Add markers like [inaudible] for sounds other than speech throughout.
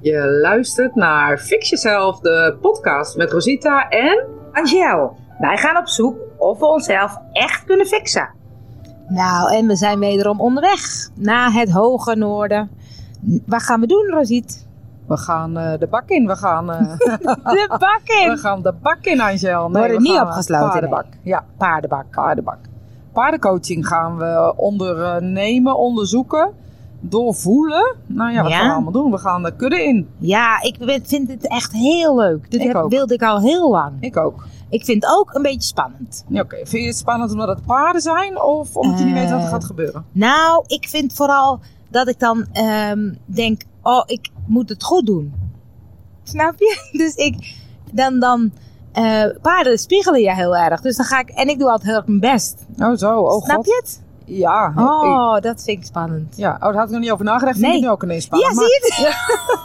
Je luistert naar Fix Jezelf, de podcast met Rosita en... Angel, wij gaan op zoek of we onszelf echt kunnen fixen. Nou, en we zijn wederom onderweg naar het hoge noorden. N- Wat gaan we doen, Rosiet? We gaan eh, de bak in, we gaan, eh, De bak we in! gaan de bak in, Angel. Nee, worden we niet gaan, eh, opgesloten, Paardenbak, ja, Paardenbak. paardenbak. Paardencoaching gaan we ondernemen, onderzoeken, doorvoelen. Nou ja, wat Ja. gaan we allemaal doen? We gaan de kudde in. Ja, ik ben- vind dit echt heel leuk. Dit Ik heb- ook. wilde ik al heel lang. Ik ook. Ik vind het ook een beetje spannend. Ja, Oké, vind je het spannend omdat het paarden zijn of omdat je niet weet wat er Eh, gaat gebeuren? Nou, ik vind vooral dat ik dan ehm, denk, oh, ik moet het goed doen. Snap je? [laughs] Dus ik, dan, dan, eh, paarden spiegelen je heel erg. Dus dan ga ik, en ik doe altijd heel erg mijn best. Oh zo, oh Snap god. je het? Ja, ik- Oh, dat vind ik spannend. ja. Oh, daar had ik nog niet over nagedacht. Vind Nee. ik nu ook ineens Ja, spannend. zie je het?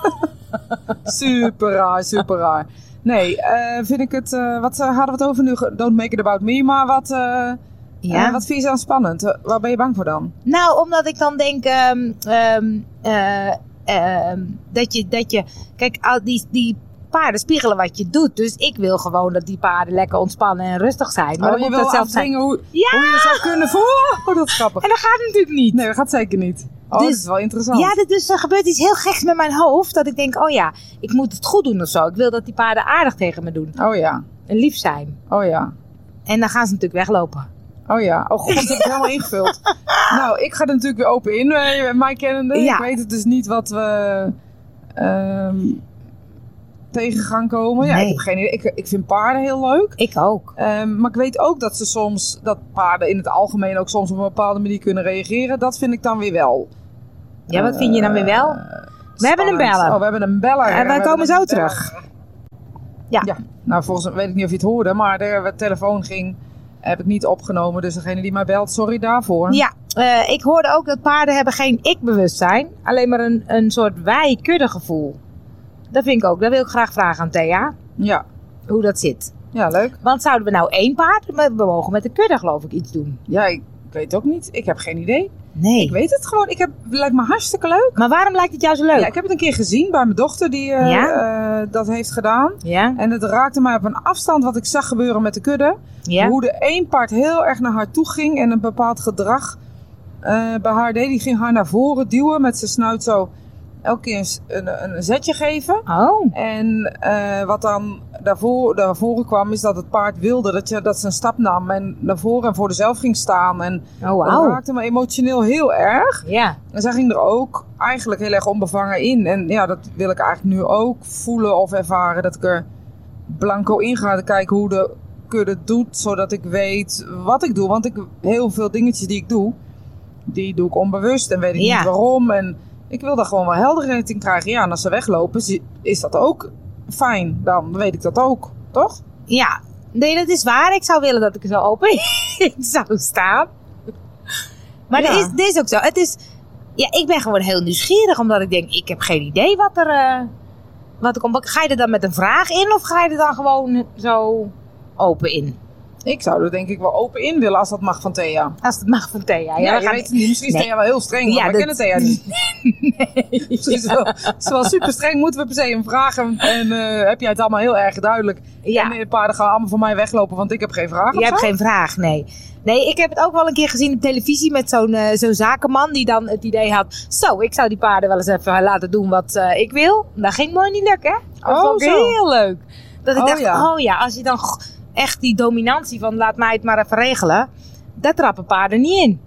maar super raar, super raar. Nee, eh, vind ik het... eh, wat eh, hadden we het over nu? Ge- Don't make it about me, maar wat, eh, eh, wat vind je dan spannend? Eh, waar ben je bang voor dan? Nou, omdat ik dan denk ehm, ehm, eh, ehm, dat, je, dat je. Kijk, al die, die paarden spiegelen wat je doet. Dus ik wil gewoon dat die paarden lekker ontspannen en rustig zijn. Maar Oh, dan je moet wil dat zelf zijn. afdwingen hoe, Ja! hoe je zou kunnen voelen? Oh, dat is grappig. En dat gaat natuurlijk niet. Nee, dat gaat zeker niet. Oh, Dus- dat is wel interessant. Ja, dit- dus er gebeurt iets heel geks met mijn hoofd. Dat ik denk, oh ja, ik moet het goed doen of zo. Ik wil dat die paarden aardig tegen me doen. Oh ja, En lief zijn. oh ja. En dan gaan ze natuurlijk weglopen. Oh ja, oh god, dat [laughs] heb ik helemaal ingevuld. Nou, ik ga er natuurlijk weer open in, eh, mij kennende. Ja. Ik weet het dus niet wat we ehm, tegen gaan komen. Ja, Nee. ik, heb geen idee. Ik, ik vind paarden heel leuk. Ik ook. Ehm, maar ik weet ook dat ze soms, dat paarden in het algemeen ook soms op een bepaalde manier kunnen reageren. Dat vind ik dan weer wel. Ja, wat vind je dan weer wel? We hebben een spannend. beller. Oh, we hebben een beller. En We wij hebben komen een zo beller. terug. Ja. ja. Nou, volgens mij weet ik niet of je het hoorde, maar de telefoon ging, heb ik niet opgenomen. Dus degene die mij belt, sorry daarvoor. Ja, eh, ik hoorde ook dat paarden hebben geen ik-bewustzijn, alleen maar een, een soort wij-kuddegevoel. Dat vind ik ook. Dat wil ik graag vragen aan Thea, Ja, hoe dat zit. ja leuk. Want zouden we nou één paard, we, we mogen met de kudde geloof ik iets doen. Ja, ik weet het ook niet. Ik heb geen idee. Nee. Ik weet het gewoon. Ik heb, het lijkt me hartstikke leuk. Maar waarom lijkt het jou zo leuk? Ja, ik heb het een keer gezien bij mijn dochter die eh, eh, dat heeft gedaan. ja. En het raakte mij op een afstand wat ik zag gebeuren met de kudde. ja. Hoe de een paard heel erg naar haar toe ging en een bepaald gedrag eh, bij haar deed. Die ging haar naar voren duwen met zijn snuit zo elke keer een, s- een, een zetje geven. Oh, En eh, wat dan daarvoor, daarvoor kwam, is dat het paard wilde dat, je, dat ze een stap nam en naar voren en voor zichzelf ging staan. En oh Dat wauw. raakte me emotioneel heel erg. Ja. En zij ging er ook eigenlijk heel erg onbevangen in. En ja, dat wil ik eigenlijk nu ook voelen of ervaren. Dat ik er blanco in ga te kijken hoe de kudde het doet. Zodat ik weet wat ik doe. Want ik, heel veel dingetjes die ik doe, die doe ik onbewust. En weet ik Ja. niet waarom. En ik wil daar gewoon wel helderheid in krijgen. Ja, en als ze weglopen, zie- is dat ook fijn. Dan weet ik dat ook. Toch? Ja, nee, dat is waar. Ik zou willen dat ik er zo open [laughs] in zou staan. Maar Ja. dat, is, dat is ook zo. Het is, ja, ik ben gewoon heel nieuwsgierig, omdat ik denk, ik heb geen idee wat er... eh, wat er komt. Wat- Ga je er dan met een vraag in of ga je er dan gewoon zo open in? Ik zou er denk ik wel open in willen als dat mag van Thea. Als het mag van Thea. Ja, Ja, we je gaan- weet het niet. Misschien is Nee. Thea wel heel streng, want Ja, we dat- kennen Thea [laughs] niet. Misschien is het wel, het is wel super streng, moeten we per se hem vragen. En eh, heb jij het allemaal heel erg duidelijk. ja. En de paarden gaan allemaal van mij weglopen, want ik heb geen vragen. Je of hebt zo? geen vraag, nee. Nee, ik heb het ook wel een keer gezien op televisie met zo'n eh, zo'n zakenman die dan het idee had... Zo, ik zou die paarden wel eens even laten doen wat eh, ik wil. Dat ging mooi niet lukken. Dat Oh, vond ik zo. heel leuk. Dat ik Oh, dacht, ja. oh ja, als je dan g- echt die dominantie van laat mij het maar even regelen... Daar trappen paarden niet in.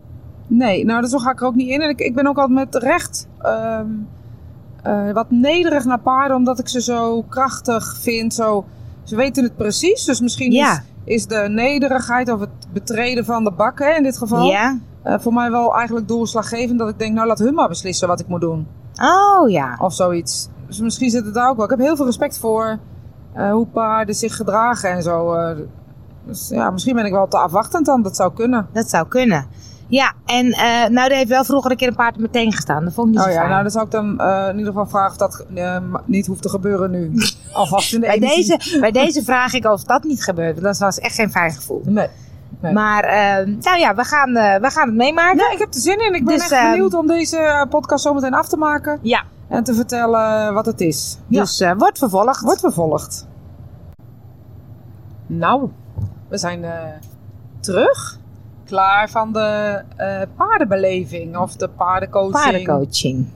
Nee, nou, dus zo ga ik er ook niet in. En ik, ik ben ook altijd met recht ehm, eh, wat nederig naar paarden, omdat ik ze zo krachtig vind. Zo, ze weten het precies, dus misschien Ja. is, is de nederigheid of het betreden van de bak hè, in dit geval... Ja. eh, voor mij wel eigenlijk doorslaggevend dat ik denk, nou laat hun maar beslissen wat ik moet doen. Oh ja. of zoiets. Dus misschien zit het daar ook wel. Ik heb heel veel respect voor eh, hoe paarden zich gedragen en zo. eh. dus ja, misschien ben ik wel te afwachtend dan. Dat zou kunnen. Dat zou kunnen. Ja, en eh, nou, er heeft wel vroeger een keer een paard meteen gestaan. Dat vond ik niet Oh zo ja, fijn. nou dan zou ik dan eh, in ieder geval vragen of dat eh, ma- niet hoeft te gebeuren nu. Alvast in de bij, energie. deze, bij deze vraag ik of dat niet gebeurt. want Dat was echt geen fijn gevoel. Nee. Nee. Maar ehm, nou ja, we gaan, eh, we gaan het meemaken. Nou, ik heb er zin in. Ik ben Dus, echt ehm, benieuwd om deze eh, podcast zometeen af te maken. Ja. en te vertellen wat het is. Ja, Dus eh wordt vervolgd. wordt vervolgd. Nou, we zijn eh, terug. Klaar van de eh, paardenbeleving of de paardencoaching. Paardencoaching.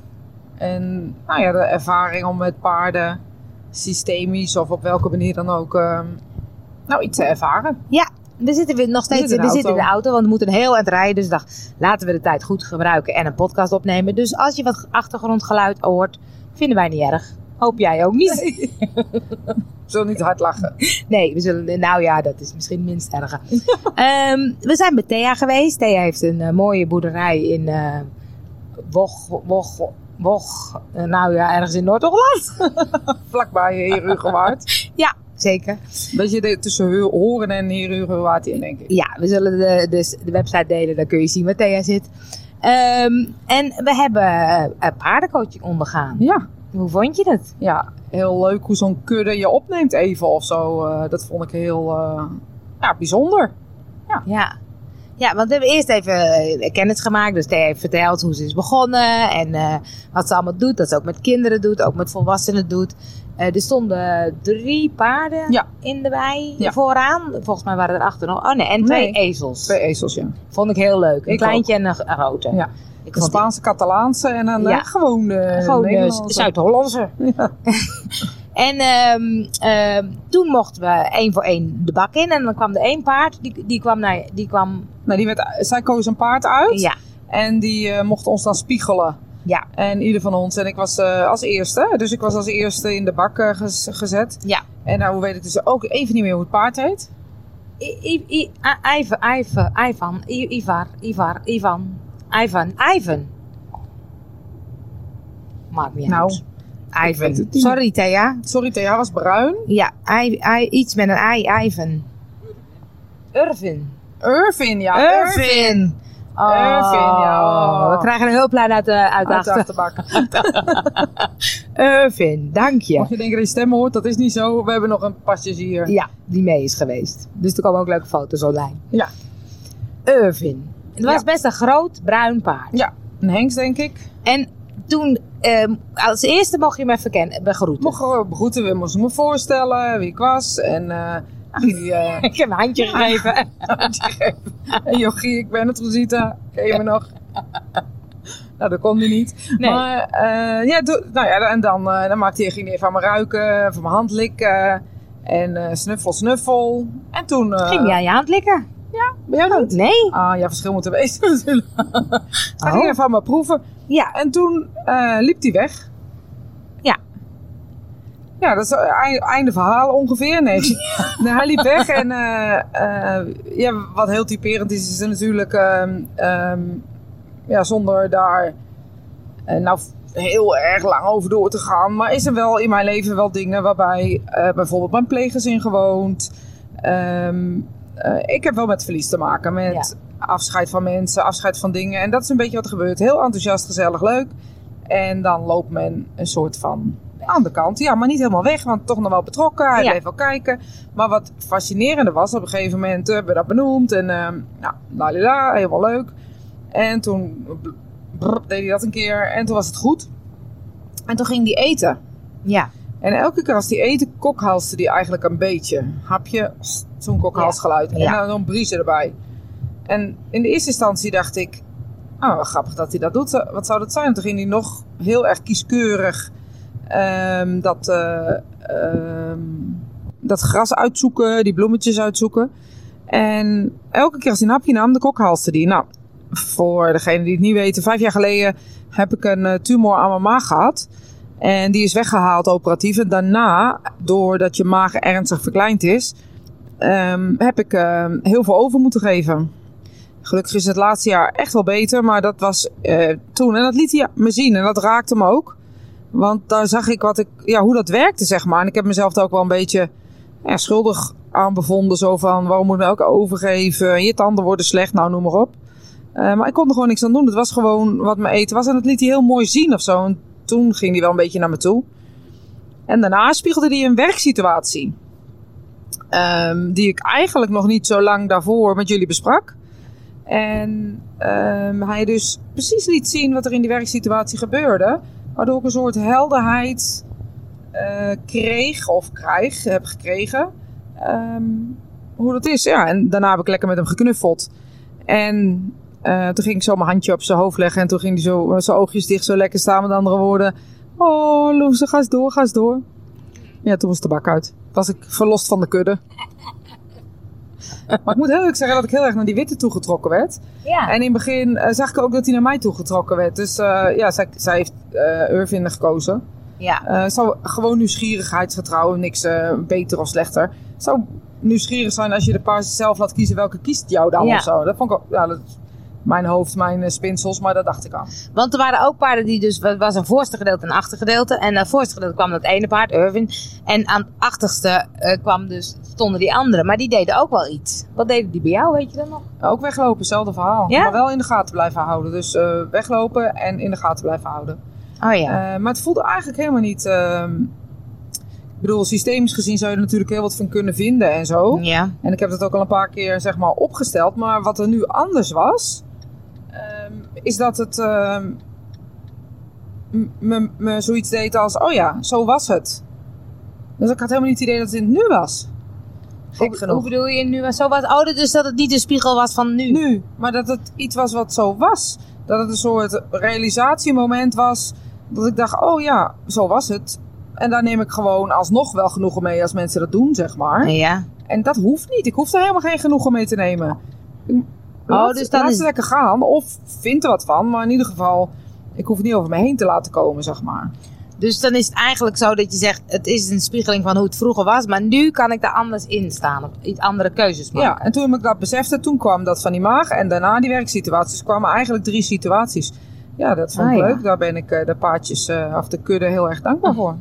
En nou ja, de ervaring om met paarden systemisch of op welke manier dan ook ehm, nou, iets te ervaren. We zitten weer nog steeds zitten in we de zitten in de auto. auto, want we moeten heel eind rijden. Dus ik dacht, laten we de tijd goed gebruiken en een podcast opnemen. Dus als je wat achtergrondgeluid hoort, vinden wij niet erg. Hoop jij ook niet. Zo niet hard lachen. [laughs] Nee, we zullen, nou ja, dat is misschien het minst erge. [laughs] Ehm, we zijn bij Thea geweest. Thea heeft een eh, mooie boerderij in eh Wog, Wog, Wog, eh, nou ja, ergens in Noord-Holland. Vlakbij [laughs] Herugewaard. Zeker. Beetje de, tussen Heu- Horen en Herugewaard in, denk ik. Ja, we zullen de, dus de website delen, dan kun je zien waar Thea zit. Ehm, en we hebben eh, een paardencoaching ondergaan. Ja, Hoe vond je dat? ja heel leuk hoe zo'n kudde je opneemt even of zo. Eh, dat vond ik heel eh, ja, bijzonder. Ja. Ja, want we hebben eerst even eh, kennis gemaakt. Dus Thea heeft verteld hoe ze is begonnen en eh, wat ze allemaal doet. Dat ze ook met kinderen doet, ook met volwassenen doet. Eh, er stonden drie paarden Ja. in de wei Ja. vooraan. Volgens mij waren er achter nog. Oh nee, en twee Nee. ezels. Twee ezels, ja. Vond ik heel leuk. Een Ik kleintje en een, een grote. Ja. Ik Een vond die- Spaanse, Catalaanse en een Ja. eh, gewoon eh, gewoon eh, Nederlandse. Zuid-Hollandse. Ja. En ehm, ehm, toen mochten we één voor één de bak in. En dan kwam er één paard. Die, die kwam naar... Die kwam, Nou, die werd, zij koos een paard uit. ja, En die eh, mocht ons dan spiegelen. Ja. En ieder van ons. En ik was eh, als eerste. Dus ik was als eerste in de bak eh, ges- gezet. Ja. En nou hoe weet ik dus ook even niet meer hoe het paard heet. I- I- I- I- Ivan, Ivan, Ivan, I- Ivar, Ivar, Ivan, Ivan, Ivan. Maakt niet Nou, uit. Ivan. weet het niet. Sorry Thea. Sorry, Thea was bruin. Ja, I, I, iets met een I, Ivan. Irvin. Irvin, ja. Irvin. Oh, Irvin, ja, oh. We krijgen een hulplijn uit de, uit de Uit de achter. achterbak. Irvin, dank je. Mocht je denken dat je stemmen hoort, dat is niet zo. We hebben nog een passagier. Ja, die mee is geweest. Dus er komen ook leuke foto's online. Ja. Irvin. Het was best een groot bruin paard. Een hengst, denk ik. En toen, ehm, als eerste mocht je me even kennen, eh, begroeten. Mocht we begroeten, we moesten me voorstellen wie ik was. En eh die, eh, [laughs] [laughs] Ik heb een handje gegeven. hey, Jochie, ik ben het, Rosita. Ken je me nog? Nou, dat kon hij niet. Nee. Maar, eh, ja, do- nou ja, en dan, eh, dan maakte hij, ging hij even aan me ruiken, van mijn hand likken. En eh, snuffel, snuffel. En toen... eh, Ging jij aan je hand likken? Oh, Ben jij dat? Nee. Ah, ja, verschil moet er wezen [laughs] natuurlijk. Hij ging Oh. even aan me proeven. Ja. En toen eh, liep hij weg. Ja. Ja, dat is ei- einde verhaal ongeveer. Nee, [laughs] Nee, hij liep weg. En eh, eh, ja, wat heel typerend is, is natuurlijk ehm, ehm, ja, zonder daar eh, nou heel erg lang over door te gaan. Maar is er wel in mijn leven wel dingen waarbij eh, bijvoorbeeld mijn pleeggezin gewoond. Ehm, eh, ik heb wel met verlies te maken. Met afscheid van mensen, afscheid van dingen. En dat is een beetje wat er gebeurt. Heel enthousiast, gezellig, leuk. En dan loopt men een soort van aan de kant. Ja, maar niet helemaal weg, want toch nog wel betrokken. Hij Ja. bleef wel kijken. Maar wat fascinerende was, op een gegeven moment eh, hebben we dat benoemd. En ehm nou, la la la, helemaal leuk. En toen br- brr, deed hij dat een keer en toen was het goed. En toen ging hij eten. Ja. En elke keer als die eten, kokhalste die eigenlijk een beetje. Hapje, zo'n kokhalsgeluid. En Ja. dan zo'n briezer erbij. En in de eerste instantie dacht ik... Oh, wat grappig dat hij dat doet. Wat zou dat zijn? Toen ging hij nog heel erg kieskeurig ehm, dat, eh, ehm, dat gras uitzoeken, die bloemetjes uitzoeken. En elke keer als hij een hapje nam, de kokhalste die. Nou, voor degenen die het niet weten, vijf jaar geleden heb ik een eh, tumor aan mijn maag gehad. En die is weggehaald operatief. En daarna, doordat je maag ernstig verkleind is, ehm, heb ik ehm, heel veel over moeten geven. Gelukkig is het laatste jaar echt wel beter, maar dat was eh, toen. En dat liet hij me zien en dat raakte me ook. Want daar zag ik, wat ik ja, hoe dat werkte, zeg maar. En ik heb mezelf daar ook wel een beetje ja, schuldig aan bevonden. Zo van, waarom moet ik me elke overgeven? Je tanden worden slecht, nou noem maar op. Eh, maar ik kon er gewoon niks aan doen. Het was gewoon wat mijn eten was. En dat liet hij heel mooi zien of zo. En toen ging hij wel een beetje naar me toe. En daarna spiegelde hij een werksituatie. Ehm, die ik eigenlijk nog niet zo lang daarvoor met jullie besprak. En ehm, hij dus precies liet zien wat er in die werksituatie gebeurde. Waardoor ik een soort helderheid eh, kreeg of krijg, heb gekregen. ehm, hoe dat is. Ja, en daarna heb ik lekker met hem geknuffeld. En eh, toen ging ik zo mijn handje op zijn hoofd leggen. En toen ging hij zo met zijn oogjes dicht zo lekker staan. Met andere woorden. Oh, Loes, ga eens door, ga eens door. Ja, toen was de bak uit. Was ik verlost van de kudde. maar ik moet heel eerlijk zeggen dat ik heel erg naar die witte toegetrokken werd. Ja. En in het begin eh, zag ik ook dat hij naar mij toegetrokken werd. Dus eh, ja, zij, zij heeft eh Irvin gekozen. Ja. Eh, zou gewoon nieuwsgierigheidsgetrouw, niks eh, beter of slechter. Het zou nieuwsgierig zijn als je de paars zelf laat kiezen welke kiest jou dan Ja. of zo. Dat vond ik ook, ja, dat is mijn hoofd, mijn eh, spinsels, maar dat dacht ik al. Want er waren ook paarden die dus... Het was een voorste gedeelte en een achtergedeelte. En aan het voorste gedeelte kwam dat ene paard, Irvin. En aan het achterste eh, kwam dus, stonden die anderen. Maar die deden ook wel iets. Wat deden die bij jou, weet je dat nog? Ook weglopen, hetzelfde verhaal. Ja? Maar wel in de gaten blijven houden. Dus eh, weglopen en in de gaten blijven houden. Oh ja. Eh, maar het voelde eigenlijk helemaal niet... ehm, ik bedoel, systemisch gezien zou je er natuurlijk heel wat van kunnen vinden en zo. Ja. En ik heb dat ook al een paar keer zeg maar, opgesteld. Maar wat er nu anders was, ehm, is dat het ehm, m- me- me zoiets deed als: oh ja, zo was het. Dus ik had helemaal niet het idee dat het in het nu was. Gek Hoe- genoeg. Hoe bedoel je nu? Zo wat ouder, dus dat het niet de spiegel was van nu. nu, maar dat het iets was wat zo was. Dat het een soort realisatiemoment was. Dat ik dacht: oh ja, zo was het. En daar neem ik gewoon alsnog wel genoegen mee als mensen dat doen, zeg maar. Ja. En dat hoeft niet. Ik hoef daar helemaal geen genoegen mee te nemen. laat, dus dan laat is- ze lekker gaan. Of vind er wat van. Maar in ieder geval, ik hoef het niet over me heen te laten komen, zeg maar. Dus dan is het eigenlijk zo dat je zegt, het is een spiegeling van hoe het vroeger was. Maar nu kan ik daar anders in staan. Of iets andere keuzes maken. Ja, en toen ik dat besefte, toen kwam dat van die maag. En daarna die werksituaties. Dus kwamen eigenlijk drie situaties. Ja, dat vond ik Ah, ja. leuk. Daar ben ik eh, de paardjes eh, of de kudde heel erg dankbaar [laughs] voor.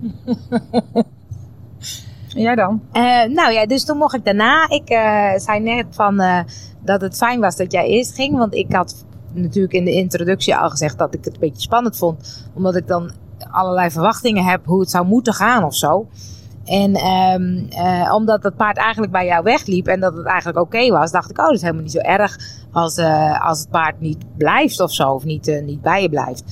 en jij dan? Eh, nou ja, dus toen mocht ik daarna. Ik eh, zei net van eh, dat het fijn was dat jij eerst ging. Want ik had natuurlijk in de introductie al gezegd dat ik het een beetje spannend vond. Omdat ik dan allerlei verwachtingen heb hoe het zou moeten gaan of zo. En ehm, eh, omdat dat paard eigenlijk bij jou wegliep en dat het eigenlijk oké was, dacht ik, oh, dat is helemaal niet zo erg als, eh, als het paard niet blijft of zo, of niet, eh, niet bij je blijft.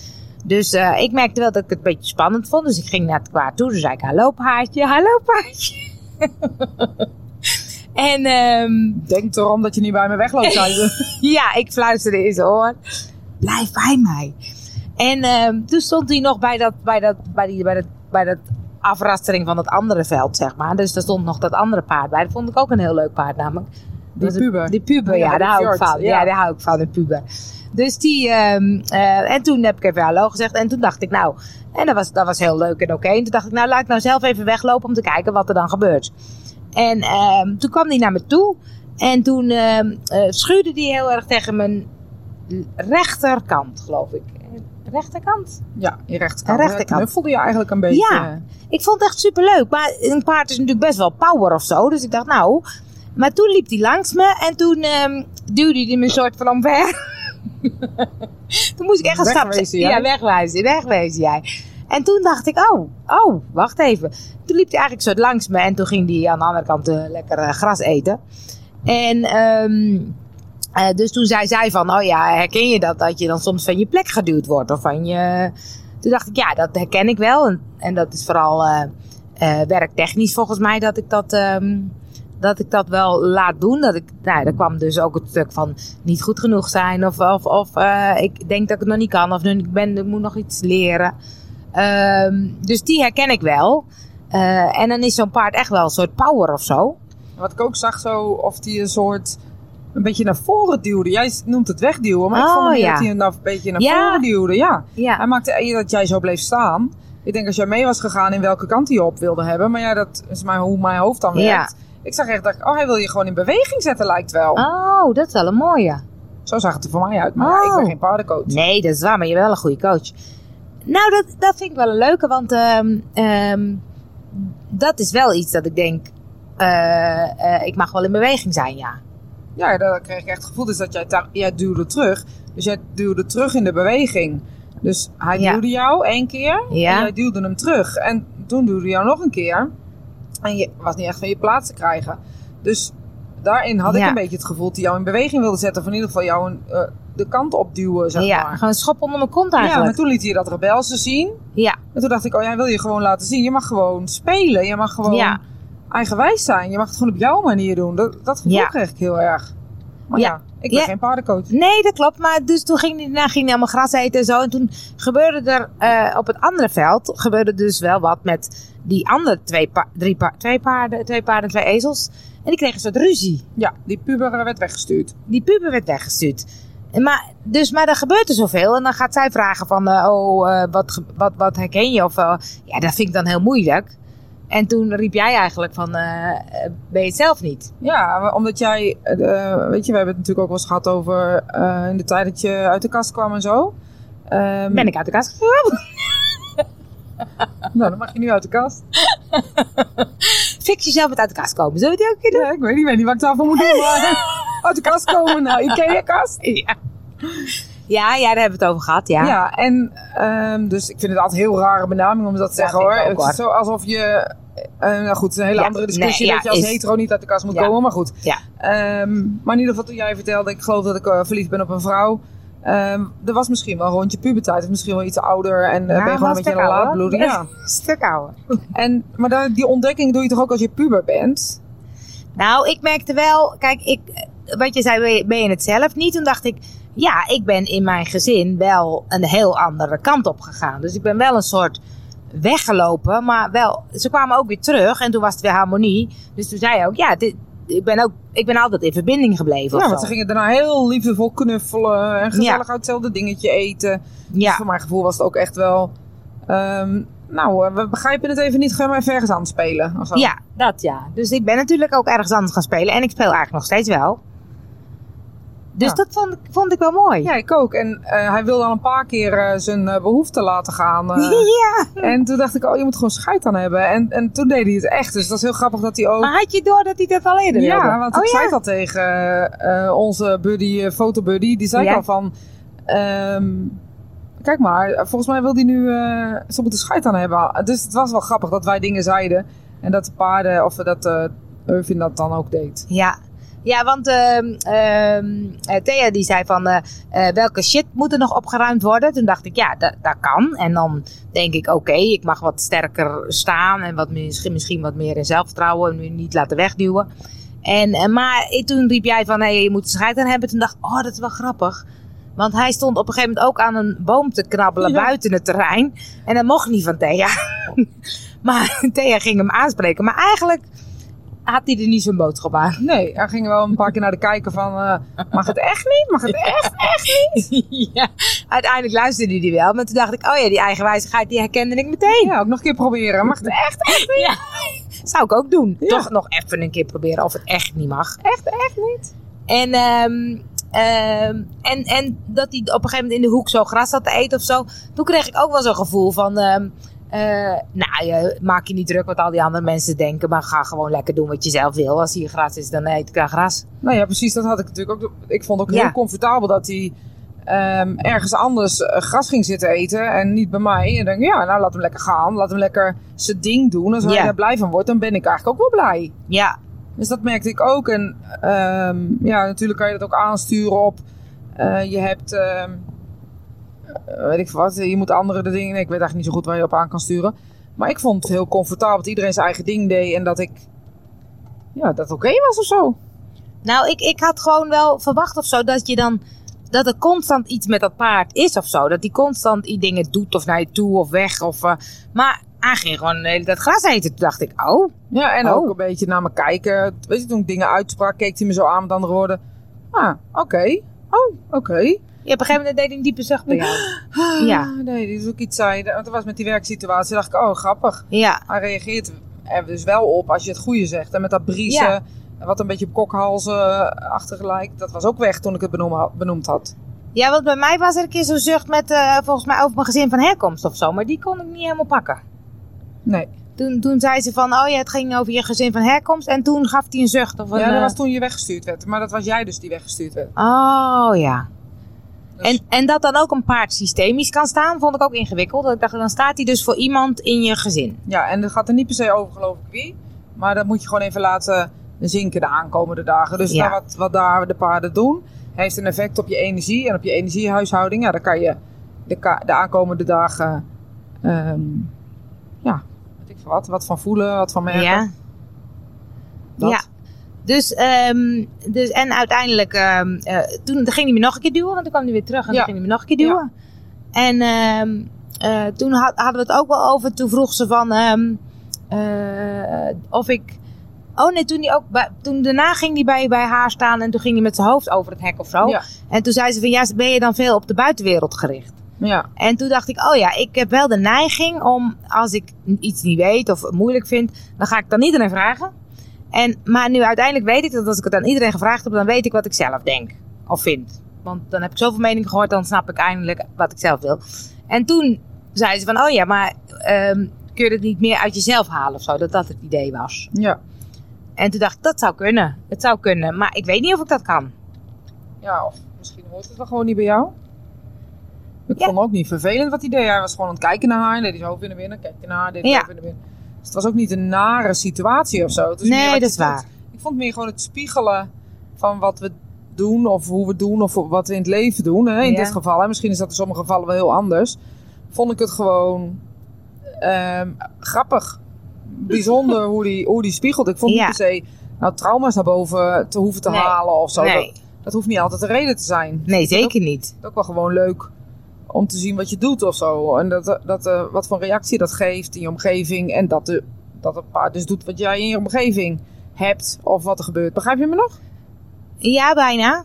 Dus eh, ik merkte wel dat ik het een beetje spannend vond, dus ik ging naar het paard toe. Toen zei ik, hallo paardje, hallo paardje. en ehm, Denk erom dat je niet bij me wegloopt, zei [laughs] ze. ja, ik fluisterde in zijn oor. Blijf bij mij. En ehm, toen stond hij nog bij dat, bij dat, bij die, bij dat, bij dat afrastering van dat andere veld, zeg maar. Dus daar stond nog dat andere paard bij. Dat vond ik ook een heel leuk paard, namelijk. Die Dat is- puber. Die puber, Ja, ja, die daar hou ik fjord, van. Ja. ja. daar hou ik van, de puber. Dus die, ehm, eh, en toen heb ik even hallo gezegd. En toen dacht ik, nou, en dat was, dat was heel leuk en oké. En toen dacht ik, nou, laat ik nou zelf even weglopen om te kijken wat er dan gebeurt. En ehm, toen kwam die naar me toe. En toen ehm, eh, schuurde die heel erg tegen mijn rechterkant, geloof ik. Eh, Rechterkant? Ja, je rechterkant. En rechterkant. Knuffelde je eigenlijk een beetje. Ja. Ik vond het echt superleuk. Maar een paard is natuurlijk best wel power of zo. Dus ik dacht, nou. Maar toen liep hij langs me en toen ehm, duwde hij me een soort van omver. [laughs] toen moest ik echt een stap Wegwezen jij? Ja, wegwijzen, wegwezen jij. En toen dacht ik, oh, oh, wacht even. Toen liep hij eigenlijk soort langs me en toen ging hij aan de andere kant eh, lekker eh, gras eten. En ehm, eh, dus toen zei zij van, oh ja, herken je dat? Dat je dan soms van je plek geduwd wordt of van je... Toen dacht ik, ja, dat herken ik wel. En, en dat is vooral eh, eh, werktechnisch volgens mij dat ik dat, ehm, dat ik dat wel laat doen. Dat ik, nou, er kwam dus ook het stuk van niet goed genoeg zijn. Of, of, of eh, ik denk dat ik het nog niet kan. Of nu- ik, ben, ik moet nog iets leren. Ehm, dus die herken ik wel. Eh, en dan is zo'n paard echt wel een soort power of zo. Wat ik ook zag, zo of die een soort. een beetje naar voren duwde. Jij noemt het wegduwen, maar ik Oh, vond hem ja. dat hij een een beetje naar Ja. voren duwde. Ja. Ja, Hij maakte eh, dat jij zo bleef staan. Ik denk als jij mee was gegaan in welke kant hij op wilde hebben. Maar ja, dat is mijn, hoe mijn hoofd dan Ja. werkt. Ik zag echt, dacht, oh, hij wil je gewoon in beweging zetten, lijkt wel. Oh, dat is wel een mooie. Zo zag het er voor mij uit. Maar ja, ik ben Oh. geen paardencoach. Nee, dat is waar, maar je bent wel een goede coach. Nou, dat, dat vind ik wel een leuke, want ehm, ehm, dat is wel iets dat ik denk, eh, eh, ik mag wel in beweging zijn, ja. Ja, daar kreeg ik echt het gevoel. Dus dat jij, ta- jij duwde terug. Dus jij duwde terug in de beweging. Dus hij Ja. duwde jou één keer. En Ja, jij duwde hem terug. En toen duwde hij jou nog een keer. En je was niet echt van je plaats te krijgen. Dus daarin had ik Ja. een beetje het gevoel dat hij jou in beweging wilde zetten. Of in ieder geval jou een, eh, de kant opduwen, zeg ja, maar. gewoon een schop onder mijn kont Ja, maar eigenlijk. toen liet hij dat rebelse zien. Ja. En toen dacht ik, oh ja, wil je gewoon laten zien. Je mag gewoon spelen. Je mag gewoon Ja. eigenwijs zijn. Je mag het gewoon op jouw manier doen. Dat, dat gevoel Ja. kreeg ik heel erg. Maar ja, Oh Ja. ik ben Ja. geen paardencoach. Nee, dat klopt. Maar dus toen ging hij daarna ging hij allemaal gras eten en zo. En toen gebeurde er eh, op het andere veld gebeurde dus wel wat met die andere twee, pa- drie pa- twee paarden, twee paarden, twee ezels. En die kregen een soort ruzie. Ja, die puber werd weggestuurd. Die puber werd weggestuurd. En Maar, dus, maar er gebeurt er zoveel. En dan gaat zij vragen van, eh, oh, eh, wat, ge- wat, wat herken je? Of, eh, ja, dat vind ik dan heel moeilijk. En toen riep jij eigenlijk van, eh, eh, ben je het zelf niet? Ja, maar omdat jij, eh, weet je, we hebben het natuurlijk ook wel eens gehad over eh, in de tijd dat je uit de kast kwam en zo. Ehm, Ben ik uit de kast gegaan? Nou, dan mag je nu uit de kast. Fix jezelf met uit de kast komen. Zullen we die ook een keer doen? Ja, ik weet niet, ik weet niet wat ik daarvoor moet doen. [laughs] maar uit de kast komen, nou, Ikea-kast. Ja. Ja, ja, daar hebben we het over gehad, ja. Ja, en ehm, dus ik vind het altijd heel rare benaming om dat te Ja, zeggen vind hoor. ik ook, Het is zo alsof je, eh, nou goed, het is een hele Ja, andere discussie nee, dat ja, je als is- hetero niet uit de kast moet Ja. komen, maar goed. Ja. Ehm, maar in ieder geval toen jij vertelde, ik geloof dat ik eh, verliefd ben op een vrouw. Ehm, er was misschien wel rondje puberteit, of misschien wel iets ouder en eh, Ja, ben je gewoon was een beetje ik een ouder. laadbloeder. Ja. [laughs] Stuk ouder. En, maar daar- die ontdekking doe je toch ook als je puber bent? Nou, ik merkte wel, kijk, ik, wat je zei, ben je- ben je het zelf niet? Toen dacht ik, ja, ik ben in mijn gezin wel een heel andere kant op gegaan. Dus ik ben wel een soort weggelopen, maar wel, ze kwamen ook weer terug en toen was het weer harmonie. Dus toen zei je ook, ja, dit, ik, ben ook, ik ben altijd in verbinding gebleven. Ja, of want ze zo. gingen daarna heel liefdevol knuffelen en gezellig uit hetzelfde dingetje eten. Dus ja, voor mijn gevoel was het ook echt wel. ehm, nou, eh, we begrijpen het even niet. Ga maar even ergens aan spelen. Of zo. ja, dat ja. Dus ik ben natuurlijk ook ergens anders gaan spelen en ik speel eigenlijk nog steeds wel. Dus Ja. dat vond, ik- vond ik wel mooi. [laughs] Ja, ik ook. En eh, hij wilde al een paar keer eh, zijn eh, behoeften laten gaan. eh. [laughs] ja. en toen dacht ik, oh, je moet gewoon scheid aan hebben. En, en toen deed hij het echt. Dus dat is heel grappig dat hij ook... Maar had je door dat hij dat al eerder ja, wilde? want oh, ik ja. zei dat tegen eh, eh, onze buddy, eh, fotobuddy. Die zei ik Ja. al van... ehm, kijk maar, volgens mij wil hij nu... eh, ze moeten scheid aan hebben. Dus het was wel grappig dat wij dingen zeiden. En dat de paarden... Of dat eh Irvin dat dan ook deed. Ja. Ja, want ehm, ehm, eh, Thea die zei van eh, eh, welke shit moet er nog opgeruimd worden? Toen dacht ik, ja, dat, dat kan. En dan denk ik, oké, ik mag wat sterker staan en wat, misschien, misschien wat meer in zelfvertrouwen en me niet laten wegduwen. En, eh, maar ik- toen riep jij van, hé, je moet er scheid aan hebben. Toen dacht ik, oh, dat is wel grappig. Want hij stond op een gegeven moment ook aan een boom te knabbelen Ja. buiten het terrein. En dat mocht niet van Thea. [laughs] maar Thea ging hem aanspreken. Maar eigenlijk had hij er niet zo'n boodschap aan. Nee, er gingen wel een paar keer naar de kijken van... eh, mag het echt niet? [laughs] Mag het echt? ja, uiteindelijk luisterde die wel. Maar toen dacht ik, oh ja, die eigenwijzigheid die herkende ik meteen. Ja, ook nog een keer proberen. Mag het echt? Zou ik ook doen. Ja. Toch nog even een keer proberen of het echt niet mag. Echt, echt niet. En, ehm, ehm, en, en dat hij op een gegeven moment in de hoek zo gras zat te eten of zo. Toen kreeg ik ook wel zo'n gevoel van... ehm, eh, nou, je, maak je niet druk wat al die andere mensen denken. Maar ga gewoon lekker doen wat je zelf wil. Als hier gras is, dan eet ik daar gras. Nou ja, precies. Dat had ik natuurlijk ook. Ik vond ook Ja. heel comfortabel dat hij ehm, ergens anders eh, gras ging zitten eten. En niet bij mij. En dan denk ik, ja, nou laat hem lekker gaan. Laat hem lekker zijn ding doen. Als hij Ja. daar blij van wordt, dan ben ik eigenlijk ook wel blij. Ja, Dus dat merkte ik ook. En ehm, ja, natuurlijk kan je dat ook aansturen op. eh, je hebt, ehm, eh, weet ik veel wat, je moet anderen de dingen. nee, ik weet eigenlijk niet zo goed waar je op aan kan sturen. Maar ik vond het heel comfortabel dat iedereen zijn eigen ding deed. En dat ik, ja, dat oké was of zo. Nou, ik, ik had gewoon wel verwacht of zo dat je dan. Dat er constant iets met dat paard is of zo. Dat die constant i- dingen doet of naar je toe of weg. Of, eh, maar hij ging gewoon de hele tijd gras eten. Toen dacht ik, oh. Ja, en Oh. ook een beetje naar me kijken. Weet je, toen ik dingen uitsprak, keek hij me zo aan met andere woorden. Ah, oké. Oh, oké. Ja, op een gegeven moment deed hij een diepe zucht bij [gasps] jou. Ja. Ah, Nee, dit is ook iets zei. Want dat was met die werksituatie. dacht ik, oh, grappig. Ja, Hij reageert er dus wel op als je het goede zegt. En met dat briezen, Ja. wat een beetje op kokhalzen achter lijkt. Dat was ook weg toen ik het benoem- benoemd, had. ja want bij mij was er een keer zo'n zucht met eh, volgens mij over mijn gezin van herkomst of zo. Maar die kon ik niet helemaal pakken. Nee. Toen, toen zei ze van, oh ja, het ging over je gezin van herkomst. En toen gaf hij een zucht. Of een, ja, dat eh, was toen je weggestuurd werd. Maar dat was jij dus die weggestuurd werd. Oh ja. Dus- En, en dat dan ook een paard systemisch kan staan, vond ik ook ingewikkeld. Dat Ik dacht, dan staat hij dus voor iemand in je gezin. Ja, en dat gaat er niet per se over, geloof ik, wie. Maar dat moet je gewoon even laten zinken de aankomende dagen. Dus Ja. naar wat, wat daar de paarden doen. heeft een effect op je energie en op je energiehuishouding. Ja, daar kan je de, ka- de aankomende dagen, ehm, ja, weet ik veel wat, wat van voelen, wat van merken. Ja. Dat. Ja. Dus, ehm, dus en uiteindelijk, ehm, eh, toen ging hij me nog een keer duwen, want toen kwam hij weer terug en Ja. toen ging hij me nog een keer duwen. En ehm, eh, toen had- hadden we het ook wel over, toen vroeg ze van ehm, eh, of ik. Oh nee, toen, die ook bij- toen daarna ging hij bij, bij haar staan en toen ging hij met zijn hoofd over het hek of zo. Ja. En toen zei ze van ja, ben je dan veel op de buitenwereld gericht? Ja, En toen dacht ik, oh ja, ik heb wel de neiging om als ik iets niet weet of moeilijk vind, dan ga ik dan iedereen vragen. En, maar nu uiteindelijk weet ik dat als ik het aan iedereen gevraagd heb, dan weet ik wat ik zelf denk of vind. Want dan heb ik zoveel meningen gehoord, dan snap ik eindelijk wat ik zelf wil. En toen zei ze van, oh ja, maar ehm, kun je het niet meer uit jezelf halen of zo? Dat dat het idee was. ja. En toen dacht ik, dat zou kunnen. Het zou kunnen, maar ik weet niet of ik dat kan. ja, of misschien hoort het dan gewoon niet bij jou. Ik Ja. vond ook niet vervelend wat hij deed. Hij was gewoon aan het kijken naar haar. En deed hij zijn hoofd in de binnen, kijkt hij naar haar, deed hij Ja. zijn hoofd in de binnen. Dus het was ook niet een nare situatie of zo. Het was Dus meer nee, wat dat je is waar. doet. Ik vond meer gewoon het spiegelen van wat we doen of hoe we doen of wat we in het leven doen. Hè, in Ja. dit geval, hè. misschien is dat in sommige gevallen wel heel anders. Vond ik het gewoon ehm, grappig. Bijzonder hoe die, hoe die spiegelt. Ik vond Ja. niet per se nou, trauma's naar boven te hoeven te Nee. halen of zo. Dat- Nee, dat hoeft niet altijd de reden te zijn. nee, zeker niet. Het is ook wel gewoon leuk om te zien wat je doet of zo. En dat, dat, eh, wat voor reactie dat geeft in je omgeving. En dat, de, dat het paard dus doet wat jij in je omgeving hebt of wat er gebeurt. Begrijp je me nog? Ja, bijna.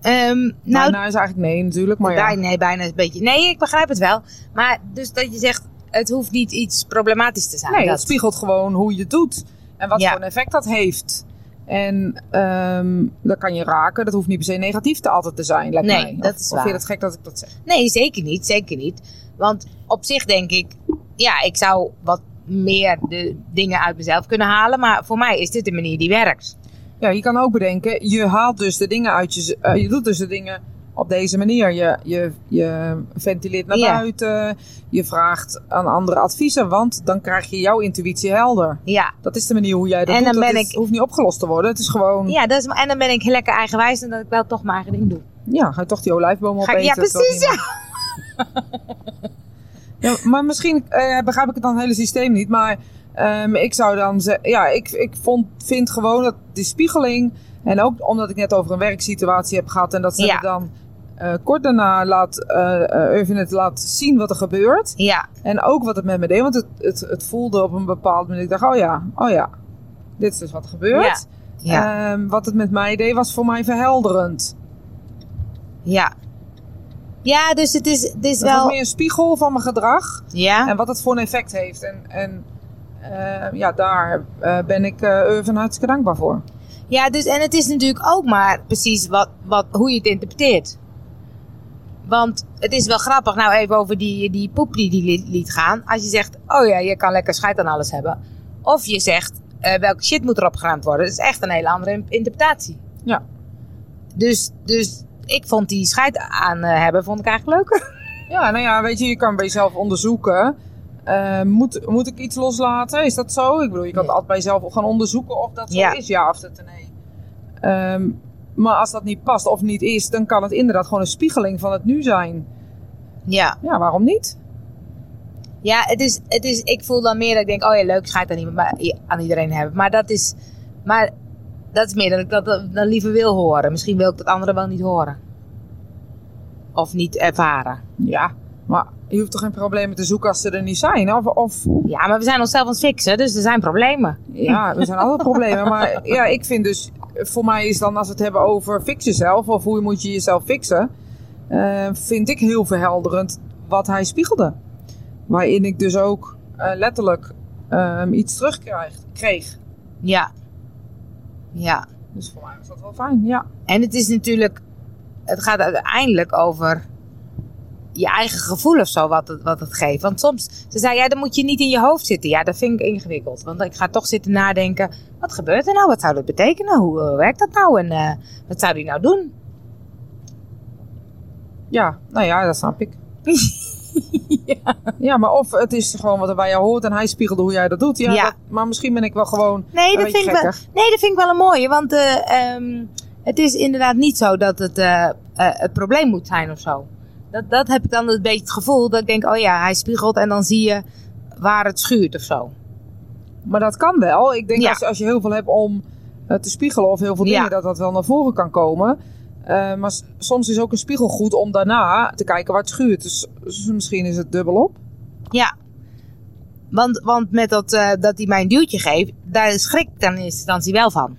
Ehm, nou, Bijna is eigenlijk nee natuurlijk, maar ja. bij- nee, bijna is een beetje. Nee, ik begrijp het wel. Maar dus dat je zegt, het hoeft niet iets problematisch te zijn. Nee, het dat, spiegelt gewoon hoe je het doet. En wat Ja. voor een effect dat heeft. En ehm, dat kan je raken. Dat hoeft niet per se negatief te altijd te zijn, lijkt Nee, mij. dat Of- is Of vind waar. je het gek dat ik dat zeg? nee, zeker niet, zeker niet. Want op zich denk ik, ja, ik zou wat meer de dingen uit mezelf kunnen halen. Maar voor mij is dit de manier die werkt. Ja, je kan ook bedenken, je haalt dus de dingen uit je... eh, je doet dus de dingen op deze manier. Je, je, je ventileert naar Ja. buiten. Je vraagt aan andere adviezen, want dan krijg je jouw intuïtie helder. Ja, Dat is de manier hoe jij dat En doet. dan Dat ben is- ik- hoeft niet opgelost te worden. Het is gewoon, ja, ja dat is, en dan ben ik lekker eigenwijs en dat ik wel toch mijn eigen ding doe. ga je toch die olijfboom Ga ik- opeten. ja, terwijl precies, niemand- [laughs] Ja, maar misschien eh, begrijp ik het dan het hele systeem niet. Maar ehm, ik zou dan zeggen... Ja, ik, ik vond, vind gewoon dat die spiegeling... En ook omdat ik net over een werksituatie heb gehad... En dat ze Ja. het dan eh, kort daarna laat... eh eh, Irvin het laat zien wat er gebeurt. Ja, En ook wat het met me deed. Want het, het, het voelde op een bepaald moment... Ik dacht, oh ja, oh ja. Dit is dus wat er gebeurt. ja, Ehm, wat het met mij deed was voor mij verhelderend. ja. Ja, dus het is, het is Het was wel... meer een spiegel van mijn gedrag... Ja. En wat het voor een effect heeft. En, en eh, ja, daar eh, ben ik eh Irvin hartstikke dankbaar voor. Ja, dus en het is natuurlijk ook maar precies wat, wat, hoe je het interpreteert. Want het is wel grappig, nou even over die, die poep die die liet, liet gaan. Als je zegt, oh ja, je kan lekker scheid aan alles hebben. Of je zegt, eh, welke shit moet erop geruimd worden. Dat is echt een hele andere in- interpretatie. Ja. Dus, dus ik vond die scheid aan eh, hebben, vond ik eigenlijk leuker. Ja, nou ja, weet je, je kan bij jezelf onderzoeken. Eh, moet, moet ik iets loslaten? Is dat zo? Ik bedoel, je kan het Ja. altijd bij jezelf gaan onderzoeken of dat zo Ja. is, ja of dat nee. Ehm, maar als dat niet past of niet is, dan kan het inderdaad gewoon een spiegeling van het nu zijn. Ja, Ja, waarom niet? ja het is, het is, ik voel dan meer dat ik denk, oh ja, leuk scheid aan, iemand, maar, aan iedereen hebben. Maar dat is, maar dat is meer dat ik dat dan liever wil horen. Misschien wil ik dat anderen wel niet horen. Of niet ervaren. Ja, maar je hoeft toch geen problemen te zoeken als ze er niet zijn? Of, of Ja, maar we zijn onszelf aan het fixen, dus er zijn problemen. Ja, er zijn altijd problemen. Maar ja, ik vind dus, voor mij is dan als we het hebben over fix jezelf of hoe moet je jezelf fixen, eh, vind ik heel verhelderend wat hij spiegelde. Waarin ik dus ook eh, letterlijk ehm, iets terugkreeg. Kreeg. Ja. Ja. Dus voor mij was dat wel fijn, ja. En het is natuurlijk, het gaat uiteindelijk over je eigen gevoel of zo, wat het, wat het geeft. Want soms, ze zei, ja, dan moet je niet in je hoofd zitten. Ja, dat vind ik ingewikkeld. Want ik ga toch zitten nadenken, wat gebeurt er nou? Wat zou dat betekenen? Hoe eh, werkt dat nou? En eh, wat zou die nou doen? Ja, nou ja, dat snap ik. ja. maar of het is gewoon wat er bij jou hoort en hij spiegelde hoe jij dat doet. Ja, Ja. dat- maar misschien ben ik wel gewoon Nee, een dat beetje vind ik wel... gekker. Nee, dat vind ik wel een mooie. Want eh, ehm, Het is inderdaad niet zo dat het eh, eh, het probleem moet zijn of zo. Dat, dat heb ik dan een beetje het gevoel dat ik denk, oh ja, hij spiegelt en dan zie je waar het schuurt of zo. Maar dat kan wel. Ik denk Ja. als, als je heel veel hebt om eh, te spiegelen of heel veel dingen, Ja. dat dat wel naar voren kan komen. Eh, maar s- soms is ook een spiegel goed om daarna te kijken waar het schuurt. Dus, dus misschien is het dubbelop. Ja. Want, want met dat, eh, dat hij mij een duwtje geeft, daar schrik ik dan in eerste instantie wel van.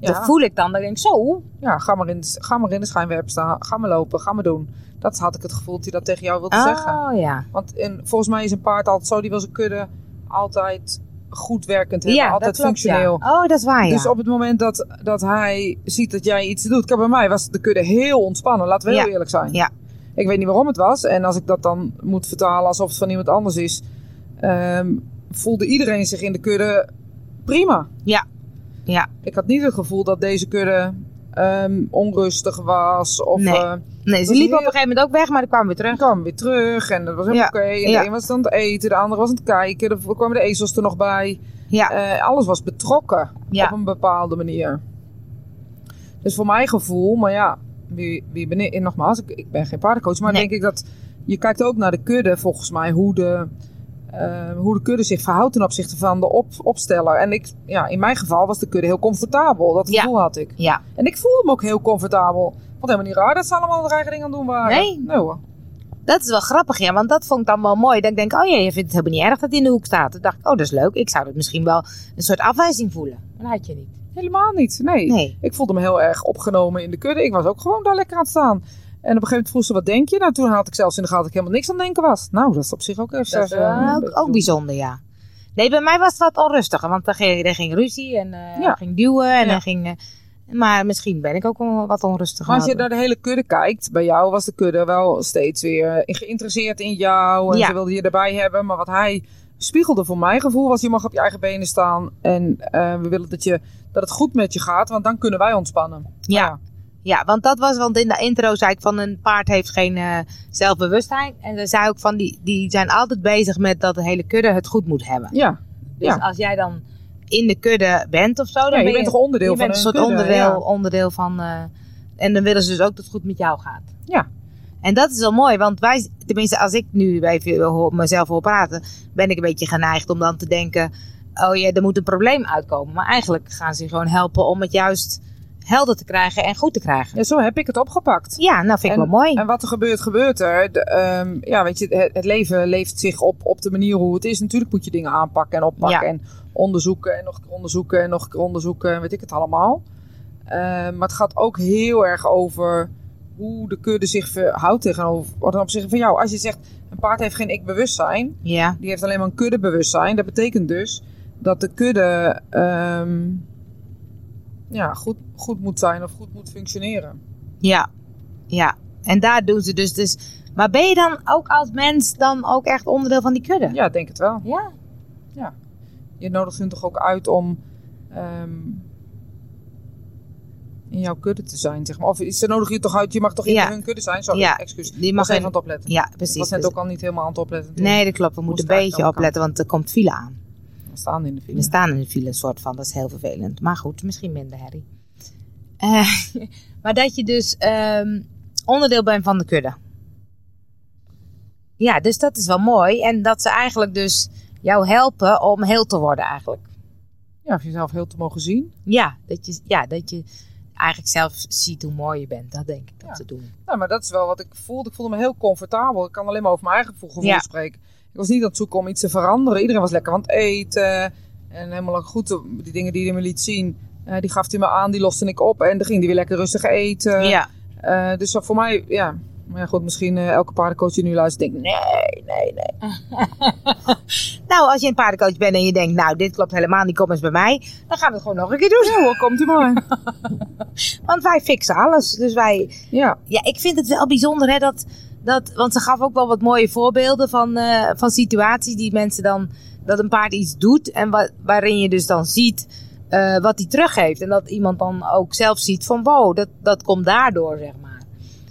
Dat Ja. voel ik dan. Dan denk ik zo. ja, ga maar, in, de- ga maar in de schijnwerp staan. Ga maar lopen, ga maar doen. Dat had ik het gevoel dat hij dat tegen jou wilde zeggen. Oh ja. Want en, volgens mij is een paard altijd zo, die wil zijn kudde altijd goed werkend hebben. ja, dat altijd klopt, functioneel. ja. Oh, dat is waar, ja. Dus op het moment dat, dat hij ziet dat jij iets doet. Kijk, bij mij was de kudde heel ontspannen, laten we heel Ja. eerlijk zijn. Ja. Ik weet niet waarom het was. En als ik dat dan moet vertalen alsof het van iemand anders is, ehm, voelde iedereen zich in de kudde prima. Ja. Ja. Ik had niet het gevoel dat deze kudde ehm, onrustig was. Of Nee. eh, nee, ze dus liepen op heel- een gegeven moment ook weg, maar die kwamen weer ik terug. kwam weer terug en dat was helemaal Ja. oké. En Ja. de een was aan het eten, de ander was aan het kijken. Er kwamen de ezels er nog bij. Ja, Eh, alles was betrokken Ja. op een bepaalde manier. Dus voor mijn gevoel, maar ja, wie, wie ben ik? En nogmaals, ik, ik ben geen paardencoach, maar Nee. denk ik dat je kijkt ook naar de kudde, volgens mij, hoe de, eh, hoe de kudde zich verhoudt ten opzichte van de op, opsteller. En ik, ja, in mijn geval was de kudde heel comfortabel, dat Ja. gevoel had ik. ja. En ik voelde me ook heel comfortabel. Ik vond helemaal niet raar dat ze allemaal hun eigen ding aan het doen waren. Nee. hoor. Dat is wel grappig, ja. Want dat vond ik dan wel mooi. Dat ik denk, oh ja, je vindt het helemaal niet erg dat hij in de hoek staat. Toen dacht ik, oh, dat is leuk. Ik zou dat misschien wel een soort afwijzing voelen. Maar dat had je niet. Helemaal niet, nee. Nee. Ik voelde me heel erg opgenomen in de kudde. Ik was ook gewoon daar lekker aan het staan. En op een gegeven moment vroeg ze, wat denk je? Nou, toen had ik zelfs in de gaten dat ik helemaal niks aan het denken was. Nou, dat is op zich ook even... Dat is eh, een wel ook, beetje- ook bijzonder, ja. Nee, bij mij was het wat onrustiger. Want er ging, er ging ruzie en eh, Ja. er ging duwen. En Ja. er ging, eh, maar misschien ben ik ook wel wat onrustiger. Maar als je geworden. naar de hele kudde kijkt, bij jou was de kudde wel steeds weer geïnteresseerd in jou. En Ja. ze wilde je erbij hebben. Maar wat hij spiegelde voor mijn gevoel was, je mag op je eigen benen staan. En eh, we willen dat, je, dat het goed met je gaat, want dan kunnen wij ontspannen. Ja. Nou Ja, want dat was, want in de intro zei ik van een paard heeft geen eh, zelfbewustzijn. En dan zei ik ook van die, die zijn altijd bezig met dat de hele kudde het goed moet hebben. Ja, Dus Ja. als jij dan in de kudde bent of zo, dan ja ben je bent toch onderdeel je van bent een hun soort kudde, onderdeel, ja. onderdeel van. eh, en dan willen ze dus ook dat het goed met jou gaat. Ja. En dat is wel mooi, want wij, tenminste, als ik nu even hoor- mezelf hoor praten, ben ik een beetje geneigd om dan te denken: oh ja, er moet een probleem uitkomen. Maar eigenlijk gaan ze je gewoon helpen om het juist helder te krijgen en goed te krijgen. Ja, zo heb ik het opgepakt. Ja, nou vind ik wel mooi. En wat er gebeurt, gebeurt er. De, ehm, ja, weet je, het, het leven leeft zich op, op de manier hoe het is. Natuurlijk moet je dingen aanpakken en oppakken. Ja. En onderzoeken en nog een keer onderzoeken en nog een keer onderzoeken. En weet ik het allemaal. Ehm, maar het gaat ook heel erg over hoe de kudde zich verhoudt tegenover ten opzichte van jou. Als je zegt, een paard heeft geen ik-bewustzijn. ja, Die heeft alleen maar een kuddebewustzijn. Dat betekent dus dat de kudde ehm, ja, goed, goed moet zijn of goed moet functioneren. ja, ja. En daar doen ze dus, dus. Maar ben je dan ook als mens dan ook echt onderdeel van die kudde? Ja, ik denk het wel. Ja. je nodigt hun toch ook uit om ehm, in jouw kudde te zijn, zeg maar. Of ze nodigen je toch uit, je mag toch in Ja. hun kudde zijn? Sorry, Ja. excuus. Die Ik mag was even in- aan het opletten. Ja, Ik precies. was net Dus- ook al niet helemaal aan het opletten. toen. Nee, dat klopt. We moeten Moest een beetje eigenlijk opletten, want er komt file aan. We staan in de We file. staan in een file, soort van. Dat is heel vervelend. Maar goed, misschien minder [laughs] herrie. Eh, [laughs] maar dat je dus ehm, onderdeel bent van de kudde. Ja, dus dat is wel mooi. En dat ze eigenlijk dus jou helpen om heel te worden eigenlijk. Ja, of jezelf heel te mogen zien. Ja, dat je, ja, dat je eigenlijk zelf ziet hoe mooi je bent. Dat denk ik dat Ja. ze doen. Nou, maar dat is wel wat ik voelde. Ik voelde me heel comfortabel. Ik kan alleen maar over mijn eigen gevoel Ja. spreken. Ik was niet aan het zoeken om iets te veranderen. Iedereen was lekker aan het eten. En helemaal goed, die dingen die hij me liet zien, eh, die gaf hij me aan, die loste ik op. En dan ging hij weer lekker rustig eten. ja, Eh, dus dat voor mij, ja. Maar ja, goed, misschien eh, elke paardencoach die nu luistert denkt, nee, nee, nee. Nou, als je een paardencoach bent en je denkt, nou, dit klopt helemaal niet, kom eens bij mij. Dan gaan we het gewoon nog een keer doen. Nou, hoor, komt u [laughs] maar. Want wij fixen alles. Dus wij, ja, ja, ik vind het wel bijzonder, hè, dat, dat, want ze gaf ook wel wat mooie voorbeelden van, eh, van situaties die mensen dan, dat een paard iets doet en wa- waarin je dus dan ziet eh, wat hij teruggeeft. En dat iemand dan ook zelf ziet van, wow, dat, dat komt daardoor, zeg maar.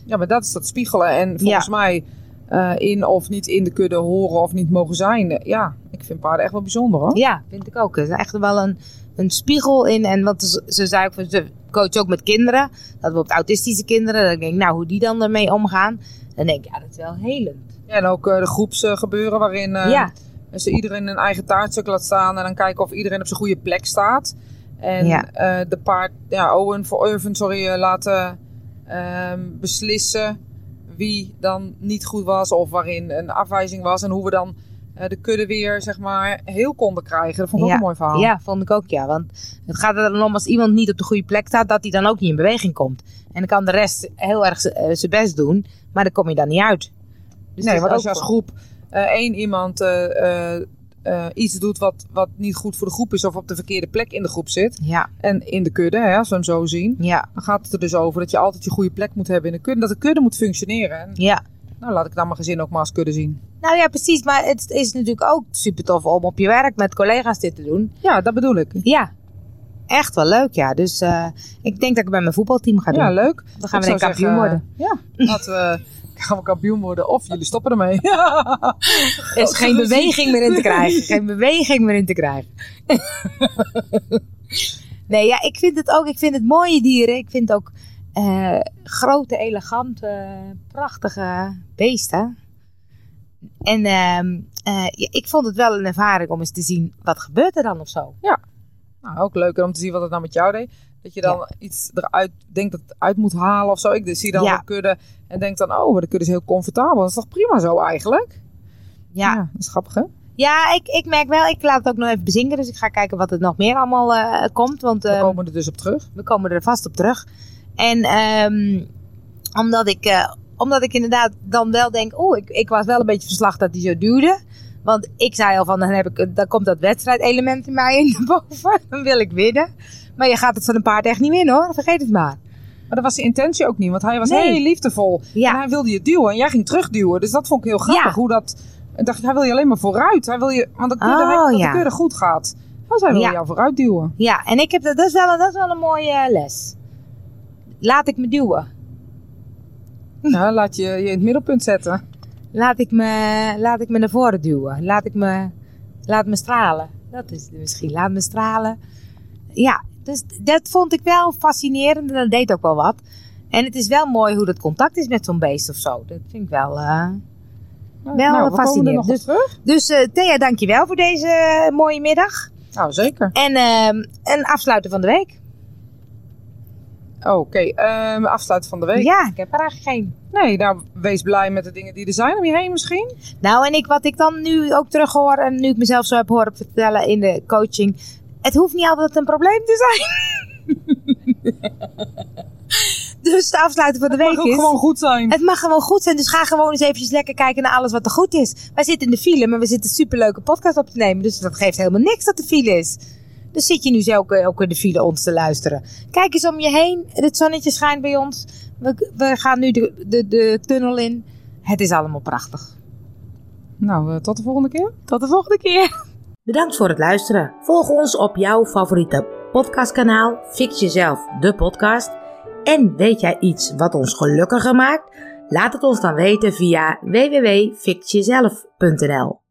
ja, maar dat is dat spiegelen. En volgens mij eh, in of niet in de kudde horen of niet mogen zijn. Eh, Ja, ik vind paarden echt wel bijzonder hoor. Ja, vind ik ook. Er is echt wel een, een spiegel in. En wat ze, ze zei ook, van, ze coach ook met kinderen. Dat we op autistische kinderen. Dat ik denk, nou, hoe die dan ermee omgaan. Dan denk ik, ja, dat is wel helend. Ja, en ook eh, de groepsgebeuren waarin eh, ja, ze iedereen een eigen taartstuk laat staan en dan kijken of iedereen op zijn goede plek staat. En Ja. eh, de paard, ja, Owen voor Irvin, sorry, eh, laten ehm, beslissen wie dan niet goed was of waarin een afwijzing was en hoe we dan eh, de kudde weer, zeg maar, heel konden krijgen. Dat vond ik Ja. ook een mooi verhaal. ja, vond ik ook, ja. Want het gaat er dan om, als iemand niet op de goede plek staat, dat hij dan ook niet in beweging komt. En dan kan de rest heel erg eh, zijn best doen, maar dan kom je dan niet uit. Dus nee, dat want als is je ook als voor- groep eh, één iemand eh, eh, eh, iets doet wat, wat niet goed voor de groep is of op de verkeerde plek in de groep zit Ja, en in de kudde, hè, als we hem zo zien, ja, Dan gaat het er dus over dat je altijd je goede plek moet hebben in de kudde. Dat de kudde moet functioneren. En ja. nou, laat ik dan mijn gezin ook maar als kudde zien. Nou ja, precies. Maar het is natuurlijk ook super tof om op je werk met collega's dit te doen. Ja, dat bedoel ik. Ja, echt wel leuk, ja. Dus eh, ik denk dat ik bij mijn voetbalteam ga doen. Ja, leuk. Dan gaan we Ik denk zou ik kampioen zeggen, worden. Ja, laten we, [laughs] gaan we kampioen worden of jullie stoppen ermee. [laughs] Er is gezien. geen beweging meer in te krijgen. Geen beweging meer in te krijgen. [laughs] nee, ja, ik vind het ook. Ik vind het mooie dieren. Ik vind ook eh, grote, elegante, prachtige beesten. En ehm, eh, ja, ik vond het wel een ervaring om eens te zien wat gebeurt er dan of zo. nou, ook leuk om te zien wat het nou met jou deed. Dat je dan iets eruit denkt dat het uit moet halen of zo. Ik zie dan Ja. een kudde en denk dan, oh, maar de kudde is heel comfortabel. Dat is toch prima zo eigenlijk? Ja, Ehm. dat is grappig hè? ja ik, ik merk wel. Ik laat het ook nog even bezinken. Dus ik ga kijken wat er nog meer allemaal eh, komt. Want We ehm, komen er dus op terug. we komen er vast op terug. En ehm, omdat, ik, eh, omdat ik inderdaad dan wel denk, oeh, ik, ik was wel een beetje verslag dat die zo duurde. Want ik zei al van, dan, heb ik, dan komt dat wedstrijdelement in mij [laughs] in naar boven. Dan wil ik winnen. Maar je gaat het van een paard echt niet winnen hoor, vergeet het maar. Maar dat was de intentie ook niet, want hij was Nee. heel liefdevol. En Ja, hij wilde je duwen en jij ging terugduwen. Dus dat vond ik heel grappig. Ja. Hoe dat. Ik dacht, hij wil je alleen maar vooruit. Hij wil je, want dan kun je Oh, dat ja. de keurig goed gaat. Dus hij wil Ja. jou vooruit duwen. ja. en ik heb, dat, dat, is wel, dat is wel een mooie les. Laat ik me duwen. Hm. Ja, Nou, laat je je in het middelpunt zetten. Laat ik me, laat ik me naar voren duwen. Laat ik me, laat me stralen. Dat is het misschien. Laat me stralen. Ja, dus dat vond ik wel fascinerend en dat deed ook wel wat. En het is wel mooi hoe dat contact is met zo'n beest of zo. Dat vind ik wel. eh. Ja, Wel nou, we komen er fascinerend. nog op Dus- terug. Dus eh Thea, dankjewel voor deze eh, mooie middag. Nou, zeker. En ehm, een afsluiten van de week. Oké, ehm, afsluit van de week. Ja, ik heb er eigenlijk geen. Nee, nou, wees blij met de dingen die er zijn om je heen misschien. Nou, en ik, wat ik dan nu ook terug hoor en nu ik mezelf zo heb horen vertellen in de coaching. Het hoeft niet altijd een probleem te zijn. [laughs] dus het afsluiten van de Mag week ook is... gewoon goed zijn. Het mag gewoon goed zijn, dus ga gewoon eens eventjes lekker kijken naar alles wat er goed is. Wij zitten in de file, maar we zitten een superleuke podcast op te nemen. Dus dat geeft helemaal niks dat de file is. Dus zit je nu zo ook, ook in de file ons te luisteren. Kijk eens om je heen. Het zonnetje schijnt bij ons. We, we gaan nu de, de, de tunnel in. Het is allemaal prachtig. Nou, eh, tot de volgende keer. Tot de volgende keer. Bedankt voor het luisteren. Volg ons op jouw favoriete podcastkanaal Fix Jezelf, de podcast. En weet jij iets wat ons gelukkiger maakt? Laat het ons dan weten via www.fixjezelf.nl